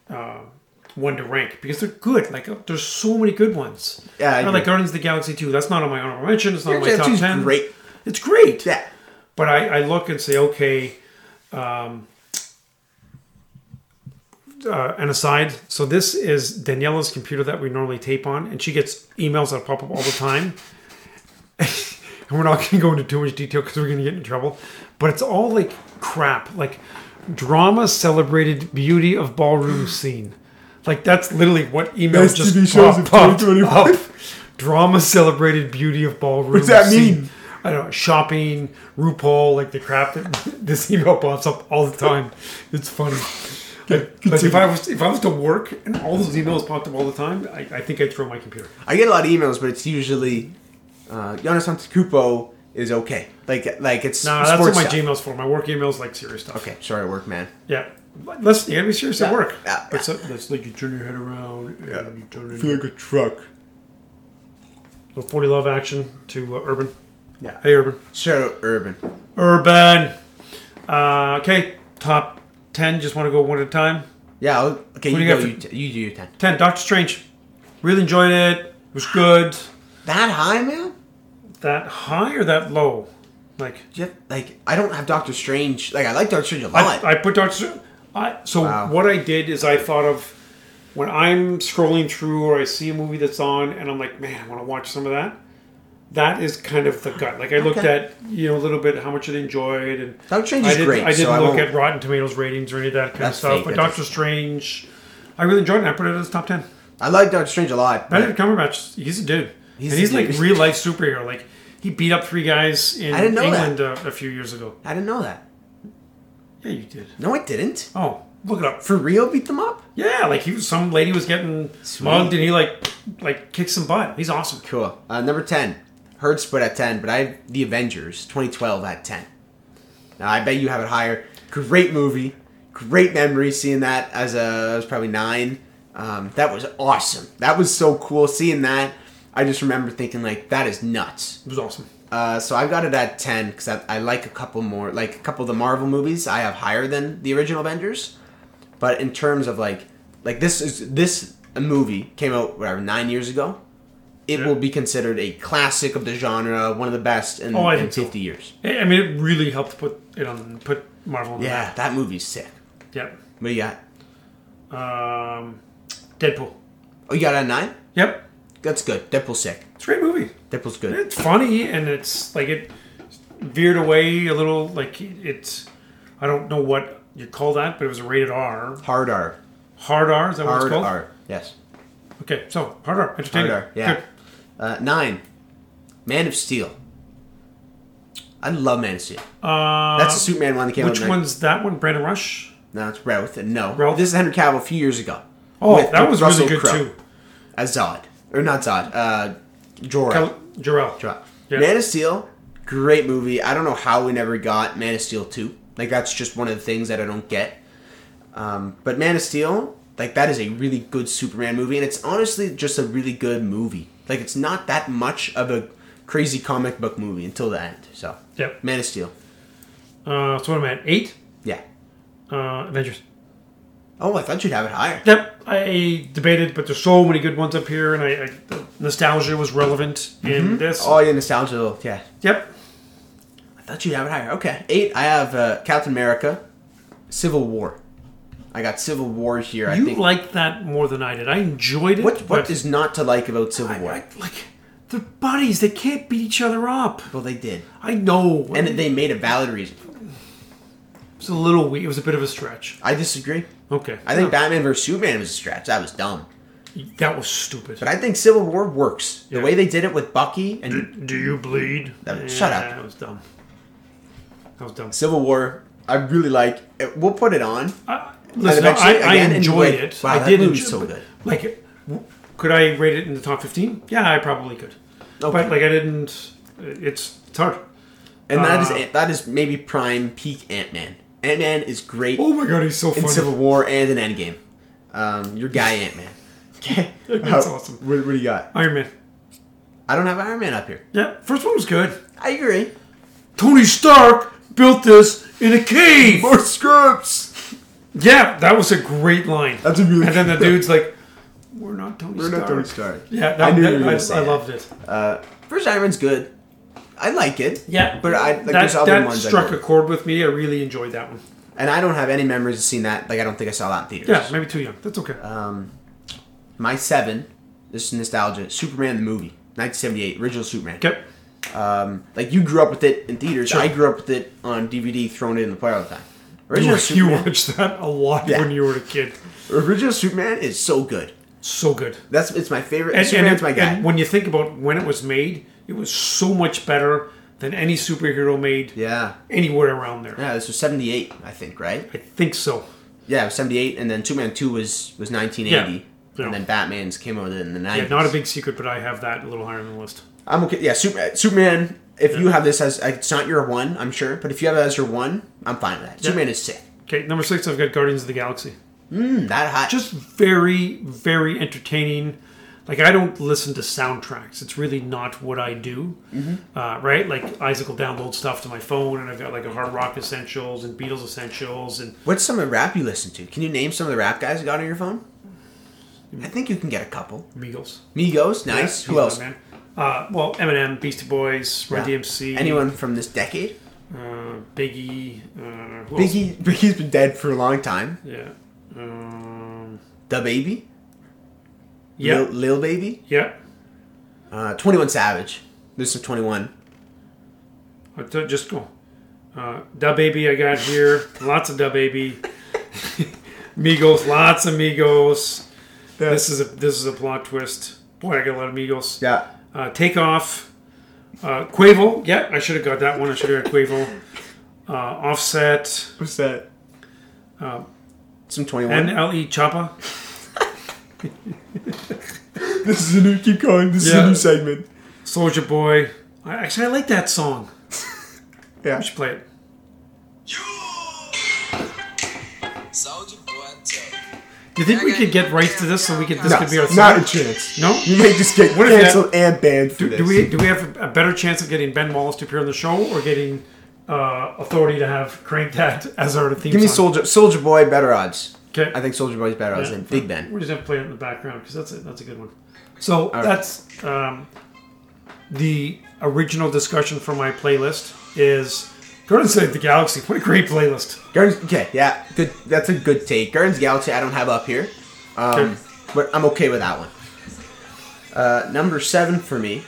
uh, one to rank because they're good. Like uh, there's so many good ones. Yeah, I I like agree. Guardians of the Galaxy two. That's not on my honorable mention. It's not on my Actually, top two's ten. great. It's great. Yeah, But I, I look and say, okay. Um, uh, an aside. So this is Daniela's computer that we normally tape on, and she gets emails that pop up all the time. and we're not going to go into too much detail because we're going to get in trouble. But it's all like crap, like drama celebrated beauty of ballroom scene. Like that's literally what emails Best just TV shows pop, of popped 2025. up. Drama celebrated beauty of ballroom. What does that mean? I don't know. Shopping, RuPaul, like the crap that this email pops up all the time. It's funny. Like, like if I was if I was to work and all those emails popped up all the time, I, I think I'd throw my computer. I get a lot of emails, but it's usually uh, Giannis Antetokounmpo is okay. Like, like it's No, Uh, that's what sports my stuff. Gmail's for. My work email's like serious stuff. Okay, sorry, work man. Yeah. Let's you gotta be serious at Yeah, work. yeah, But so- that's like you turn your head around and you turn it. a truck. So Forty Love Action to uh, Urban. Yeah. Hey Urban. Shout out Urban. Urban. Uh, okay, top ten. Just want to go one at a time. Yeah. I'll, okay, What you do you go. got You, t- you do your ten. Ten. Doctor Strange. Really enjoyed it. It was good. That high, man. That high or that low? Like Do you have, like I don't have Doctor Strange. Like I like Doctor Strange a lot. I, I put Doctor. Strange- I, so Wow. what I did is I thought of when I'm scrolling through or I see a movie that's on and I'm like, man, I want to watch some of that. That is kind of the gut. Like I looked Okay. at you know a little bit how much it enjoyed and Doctor Strange I is didn't, great. I didn't so look I at won't, Rotten Tomatoes ratings or any of that kind That's of stuff. fake. But That's- Doctor Strange, I really enjoyed it. I put it as top ten. I like Doctor Strange a lot. but Benedict Cumberbatch, he's a dude. He's and a he's dude. like real life superhero. Like he beat up three guys in I didn't know that. England uh, a few years ago. I didn't know that. Yeah, you did. No, I didn't. Oh, look it up. For real, beat them up. Yeah, like he was some lady was getting Sweet. mugged and he like like kicked some butt. He's awesome. Cool. Uh, number ten. Hertz put at ten, but I have The Avengers 2012 at ten. Now I bet you have it higher. Great movie. Great memory seeing that as a I was probably nine. Um, that was awesome. That was so cool seeing that. I just remember thinking like that is nuts. It was awesome. Uh, so I got it at ten because I, I like a couple more, like a couple of the Marvel movies. I have higher than the original Avengers, but in terms of like, like this is this a movie came out whatever nine years ago. It Yeah. will be considered a classic of the genre, one of the best in, Oh, I in think so. fifty years. I I mean, it really helped put it on put Marvel. On the Yeah, that movie's sick. map. Yep. What do you got? Um, Deadpool. Oh, you got it at nine? Yep. That's good. Deadpool's sick. It's a great movie. Deadpool's good. It's funny and it's like it veered away a little. Like it's I don't know what you call that, but it was a rated R. Hard R. Hard R is that what it's Hard called? R. Yes. Okay, so hard R. Entertaining. Hard R, yeah. Good. Uh, nine. Man of Steel. I love Man of Steel. Uh, That's the Superman one that came out. which in one's that one? Brandon Rush. No, it's Routh. and No, Routh? This is Henry Cavill a few years ago. Oh, With that was Russell really good Crowe. too. As Zod, or not Zod, uh, Jorah. Kel- Jarrell. Jorah. Yeah. Man of Steel, great movie. I don't know how we never got Man of Steel two. Like that's just one of the things that I don't get. Um, but Man of Steel, like that is a really good Superman movie, and it's honestly just a really good movie. Like it's not that much of a crazy comic book movie until the end. So Yep. Man of Steel, Uh, so what am I at? Eight? yeah. Uh, Avengers. Oh, I thought you'd have it higher. Yep. I debated, but there's so many good ones up here, and I, I the nostalgia was relevant in this. Oh, yeah, nostalgia. Yeah, Yep. I thought you'd have it higher. Okay. Eight, I have uh, Captain America, Civil War. I got Civil War here. I You think. liked that more than I did. I enjoyed it. what what but is not to like about Civil I, War? I- like? They're buddies. They can't beat each other up. well, they did, I know. and it they made a valid reason. was a little weak. It was a bit of a stretch. I disagree. Okay. I think Batman vs Superman was a stretch. That was dumb. That was stupid. But I think Civil War works. The Yeah. way they did it with Bucky and Do you bleed? That- shut up. That was dumb. That was dumb. Civil War, I really like. It. We'll put it on. I, listen, I, eventually, I again, and enjoyed wait, it. wow, I that did movie's enjoy so but, good. Like, w- could I rate it in the top fifteen? Yeah, I probably could. But like, I didn't. It's it's hard. and that is uh, Ant- that is maybe prime peak Ant Man. Ant Man is great Oh my god, he's so in funny. Civil War and in Endgame. Um, your guy Ant Man. Okay, That's Uh, awesome. What, what do you got? Iron Man. I don't have Iron Man up here. Yeah, first one was good. I agree. Tony Stark built this in a cave. More scripts. Yeah, that was a great line. That's a really. and then the dude's like, "We're not Tony We're Stark." not Tony Stark. Yeah, that, I I, knew that, you were I, gonna say I that. loved it. Uh, first Iron Man's good. I like it. Yeah, But I- like, that, there's other that ones I struck a didn't. chord with me. I really enjoyed that one. And I don't have any memories of seeing that. Like I don't think I saw that in theaters. Yeah, maybe too young. That's okay. Um, my seven. This is nostalgia. Superman the movie, 1978, original Superman. okay. Um, like you grew up with it in theaters. Sure. I grew up with it on DVD, thrown in the player all the time. You, Original you Superman. watched that a lot Yeah. when you were a kid. original Superman is so good. So good. That's it's my favorite. And, and, Superman's it- my guy. and when you think about when it was made, it was so much better than any superhero made yeah, anywhere around there. yeah. This was 78, I think, right? I think so. Yeah, it was 78, and then Superman 2 was was 1980, Yeah. and then Batman's came out in the 90s. Yeah, not a big secret, but I have that a little higher on the list. I'm okay. Yeah, Super, Superman. If you have this as it's not your one, I'm sure, but if you have it as your one, I'm fine with that. Superman is sick. Okay, number six, I've got Guardians of the Galaxy. Mm, that hot. Just very, very entertaining. Like I don't listen to soundtracks; it's really not what I do. Mm-hmm. Uh, right? Like Isaac will download stuff to my phone, and I've got like a Hard Rock Essentials and Beatles Essentials, and What's some of the rap you listen to? Can you name some of the rap guys you got on your phone? I think you can get a couple. Migos. Migos, nice. Yeah, Who else? Man. Uh, well, Eminem, Beastie Boys, Run Yeah. DMC, Anyone from this decade? uh, Biggie, uh, who else? Biggie, Biggie's been dead for a long time. yeah, um, The Baby, yeah, Lil, Lil Baby, yeah. uh, Twenty One Savage. There's some Twenty One. Uh, ju- Just go. Uh, da baby, I got here. Lots of da baby. Migos, lots of Migos. This is a this is a plot twist. Boy, I got a lot of Migos. Yeah. Uh, take off. Uh, Quavo. Yeah, I should have got that one. I should have got Quavo. Uh, offset. What's that? Um, some Twenty One. NLE E, Choppa. This is a new. Keep going. This Yeah. segment. Soldier Boy. I, actually, I like that song. Yeah. We should play it. Soldier boy, I tell you. Do you think we could get rights to this so we could this No, could be our not song? a chance. No. You may just get if that- canceled and banned for this. Do we do we have a better chance of getting Ben Wallace to appear on the show or getting uh, authority to have Crank Dad as our theme Give me song? Soldier Soldier Boy better odds. Okay, I think Soldier Boy's better odds Yeah. than Big Ben. we're just gonna play it in the background because that's a, that's a good one. So that's um, the original discussion for my playlist is Guardians of the Galaxy. What a great playlist! Guardians. Okay, yeah, good. That's a good take. Guardians of the Galaxy. I don't have up here, um, Okay. but I'm okay with that one. Uh, number seven for me,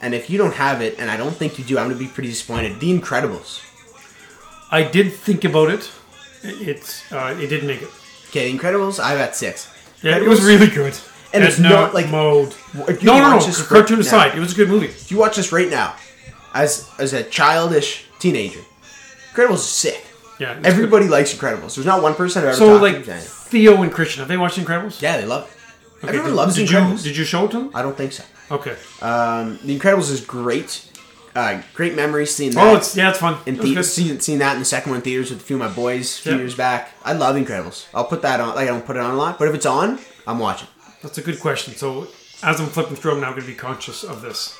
and if you don't have it, and I don't think you do, I'm gonna be pretty disappointed. The Incredibles. I did think about it. It it, uh, it didn't make it. Okay, The Incredibles. I've at six. Yeah, it was really good. And it's Death not Note like- mode. If you No, no, watch no. this right Cartoon now- aside, it was a good movie. If you watch this right now, as as a childish teenager, Incredibles is sick. Yeah, it's good. Everybody likes Incredibles. There's not one person I've ever So talked like to. Theo and Christian, have they watched Incredibles? Yeah, they love it. Okay, Everyone did, loves did The Incredibles. You, did you show it to them? I don't think so. Okay. Um, the Incredibles is great. Uh, great memories seeing that. Oh, it's yeah, it's fun. in It was the- good. seeing, seeing that in the second one in theaters with a few of my boys a few Yeah. years back. I love Incredibles. I'll put that on. Like I don't put it on a lot, but if it's on, I'm watching. That's a good question. So as I'm flipping through, I'm now going to be conscious of this.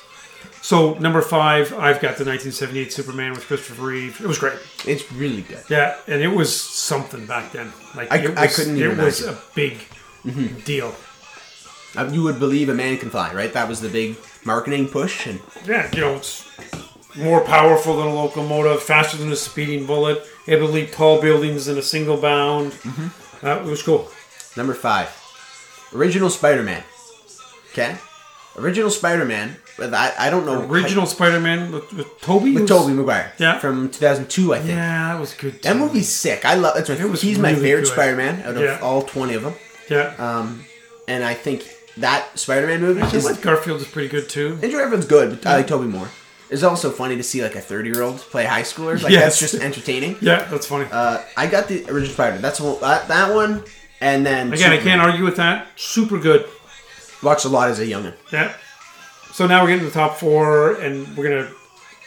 So number five, I've got the 1978 Superman with Christopher Reeve. It was great. It's really good. Yeah, and it was something back then. Like I- it was, I couldn't It even Mm-hmm. was a big deal. Uh, You would believe a man can fly, right? That was the big marketing push, and Yeah, you know, it's more powerful than a locomotive, faster than a speeding bullet, able to leap tall buildings in a single bound. Mm-hmm. Uh, it was cool. number five, original Spider-Man. Okay, original Spider-Man. But I, I don't know Original Spider-Man with, with Toby. with was- Tobey Maguire. Yeah. from 2002, I think. Yeah, that was good. That too. movie's sick. I love. That's my. It was He's my really favorite good. Spider-Man out of Yeah. all 20 of them. Yeah. Um, and I think that Spider-Man movie Actually, is like Garfield is pretty good too. Andrew Garfield's good, but I like Toby more. It's also funny to see like a thirty-year-old play high schoolers. Like Yes. that's just entertaining. Yeah, that's funny. Uh, I got the original Spider-Man. That's one- that, that one, and then Again, I Superman. can't argue with that. Super good. watched a lot as a youngin. Yeah. So now we're getting to the top four, and we're gonna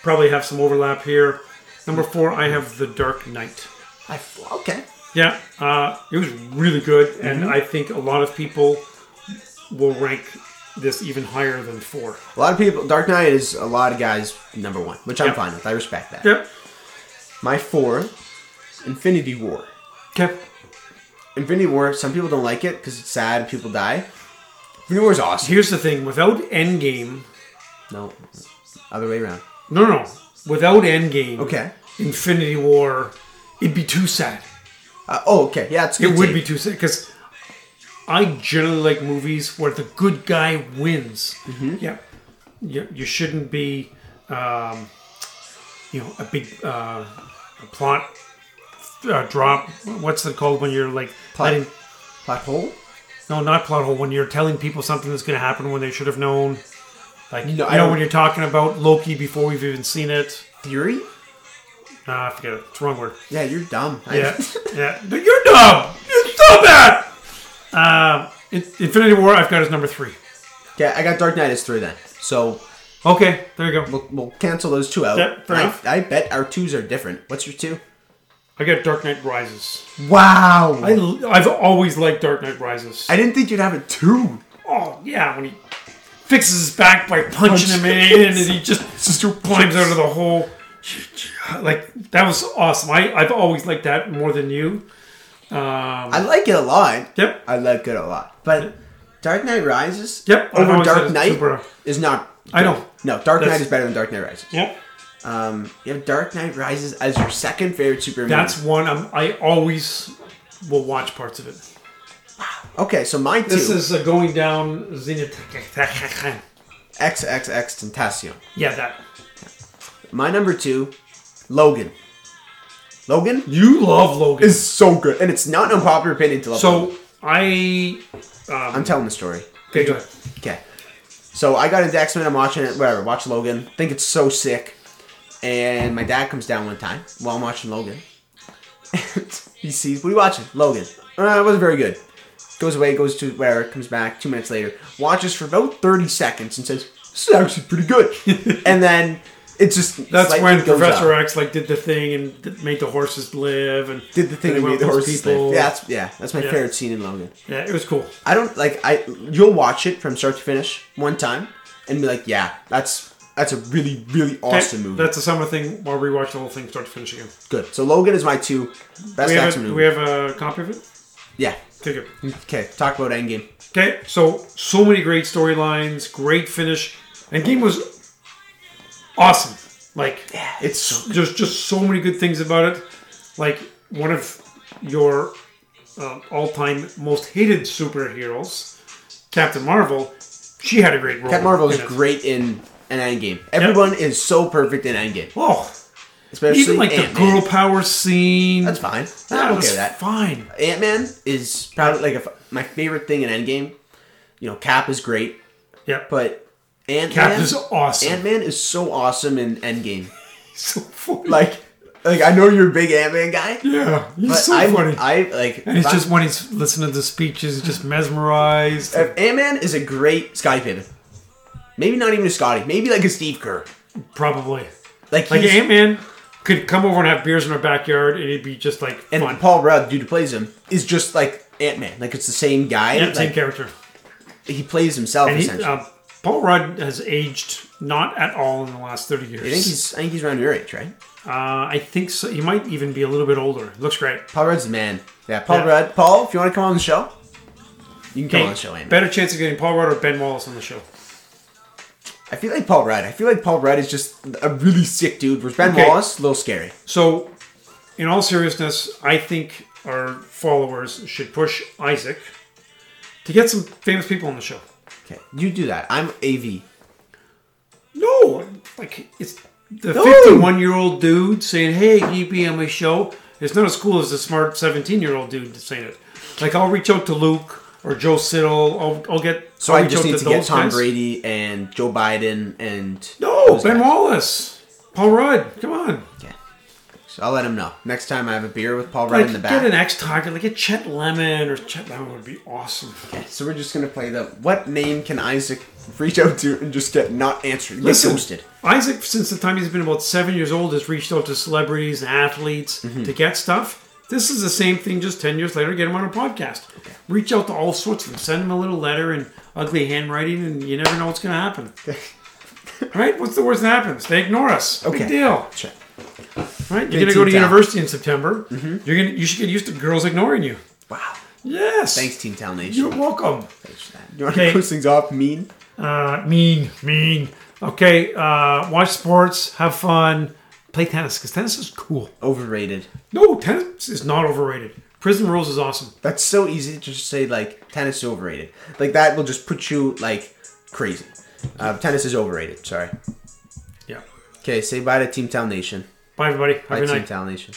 probably have some overlap here. Number four, I have The Dark Knight. I okay. Yeah, uh, it was really good, and Mm-hmm. I think a lot of people will rank this even higher than four. A lot of people. Dark Knight is a lot of guys number one, which I'm Yep. fine with. I respect that. Yep. My four, Infinity War. Okay. Infinity War. Some people don't like it because it's sad. and People die. Infinity War is awesome. Here's the thing: without Endgame, No, other way around. no, no, no, without Endgame, Okay. Infinity War, it'd be too sad. Uh, oh, okay. Yeah, it's a It good would take. be too sad because I generally like movies where the good guy wins. Mm-hmm. Yeah, you, you shouldn't be, um, you know, a big uh, a plot uh, drop. What's it called when you're like Plot- letting? plot hole. No, not plot hole. When you're telling people something that's going to happen when they should have known. Like you No, I know don't- when you're talking about Loki before we've even seen it. Theory. Nah, forget it. It's the wrong word. Yeah, you're dumb. I- Yeah, yeah. But You're dumb. You're so bad. Uh, In- Infinity War, I've got as number three. Okay, I got Dark Knight as three then. So Okay, there you go. we'll, we'll cancel those two out. Yeah, fair I, enough. I bet our twos are different. What's your two? I got Dark Knight Rises. Wow. I, I, have always liked Dark Knight Rises. didn't think you'd have a two. oh yeah, when he fixes his back by punching him in, and he just climbs out of the hole. Like that was awesome. I I've always liked that more than you. Um, I like it a lot. yep. I like it a lot. But Dark Knight Rises Yep, I've over always said Dark it's Knight super- is not. I know. No, Dark That's- Knight is better than Dark Knight Rises. Yep. Um, you have Dark Knight Rises as your second favorite Superman. That's one I'm, I always will watch parts of it. okay. So my two This is is uh, going down Xenia. XXX Tentacion. Yeah, that. My number two, Logan. Logan You love Logan. is so good, and it's not an unpopular opinion to love. Logan. so I. I'm telling the story. Okay, go ahead. Okay. So I got into X Men. I'm watching it. Whatever. Watch Logan. Think it's so sick. And my dad comes down one time while I'm watching Logan. And he sees, "What are you watching?" Logan. Uh, it wasn't very good. Goes away. Goes to wherever. Comes back two minutes later. Watches for about thirty seconds and says, "This is actually pretty good." and then it just That's slightly when goes Professor up. X like did the thing and d- made the horses live and did the thing and they and made the went with horses those live. Yeah, that's yeah. That's my Yeah. favorite scene in Logan. yeah, it was cool. I don't like I you'll watch it from start to finish one time and be like, yeah, that's that's a really really awesome Okay, movie. That's a summer thing. While we watch the whole thing start to finish again. good. So Logan is my two best We have, a, action movie. we have a copy of it. yeah. Okay, good. Okay, talk about Endgame. Okay, so so many great storylines, great finish, and game was awesome. Like It's so there's just so many good things about it. Like one of your um, all-time most hated superheroes, Captain Marvel. She had a great role. Captain Marvel is in it. great in an Endgame. Everyone is so perfect in Endgame, Oh, especially even like the Ant-Man. girl power scene. That's fine. That I'm okay was with that. fine. Ant Man is probably like a f my favorite thing in Endgame. You know, Cap is great, Yeah, but but Ant Cap Man is awesome. Ant Man is so awesome in Endgame. so funny. like like I know you're a big Ant Man guy, yeah, he's but so I, funny. I like and it's just when he's listening to the speeches, just mesmerized. Ant Man is a great Scotty Pippen. Maybe not even a Scotty. Maybe like a Steve Kerr. Probably Like, like he's, Ant Man could come over and have beers in our backyard, and it'd be just like and fun. Paul Rudd, dude who plays him, is just like Ant Man. Like it's the same guy. yeah, same like, character. He plays himself And he, essentially. uh, Paul Rudd has aged not at all in the last thirty years. I think he's I think he's around your age, right? uh, I think so. He might even be a little bit older. Looks great. Paul Rudd's the man. Yeah, Paul Yeah. Rudd. Paul, if you want to come on the show, you can come on Okay, the show, Ant Man. better chance of getting Paul Rudd or Ben Wallace on the show. I feel like Paul Rudd. I feel like Paul Rudd is just a really sick dude. Whereas Ben Okay. Wallace, a little scary. So, in all seriousness, I think our followers should push Isaac to get some famous people on the show. Okay, you do that. I'm AV. No, like it's the No. fifty-one-year-old dude saying, "Hey, can you be on my show?" It's not as cool as the smart seventeen-year-old dude saying it. Like I'll reach out to Luke or Joe Siddle. I'll, I'll get. So I'll I reach just out need to get those Tom guys. Brady and Joe Biden and No, those Ben guys. Wallace, Paul Rudd. Come on, So I'll let him know next time I have a beer with Paul right like in the get back. an ex target, like a Chet Lemon or Chet Lemon would be awesome. so we're just gonna play the what name can Isaac reach out to and just get not answered, get Listen, ghosted. Isaac, since the time he's been about seven years old, has reached out to celebrities, athletes Mm-hmm. to get stuff. This is the same thing, just 10 years later, get him on a podcast. Reach out to all sorts of them. Send him a little letter in ugly handwriting, and you never know what's going to happen. right? What's the worst that happens? They ignore us. Okay. Big deal. Sure. Right? You're going to go to Teen Town. university in September. Mm-hmm. You're gonna, you should get used to girls ignoring you. Wow. Yes. Thanks, Team Town Nation. You're welcome. Thanks for that. You want Okay. to close things off? Mean. Uh, mean, mean. Okay, uh, watch sports, have fun, play tennis because tennis is cool. Overrated. No, tennis is not overrated. Prison Rules is awesome. That's so easy to just say like tennis is overrated. Like that will just put you like crazy. Uh, tennis is overrated. Sorry. Yeah. Okay, say bye to Team Town Nation. Bye, everybody. Have a Bye, good Team night. Town Nation.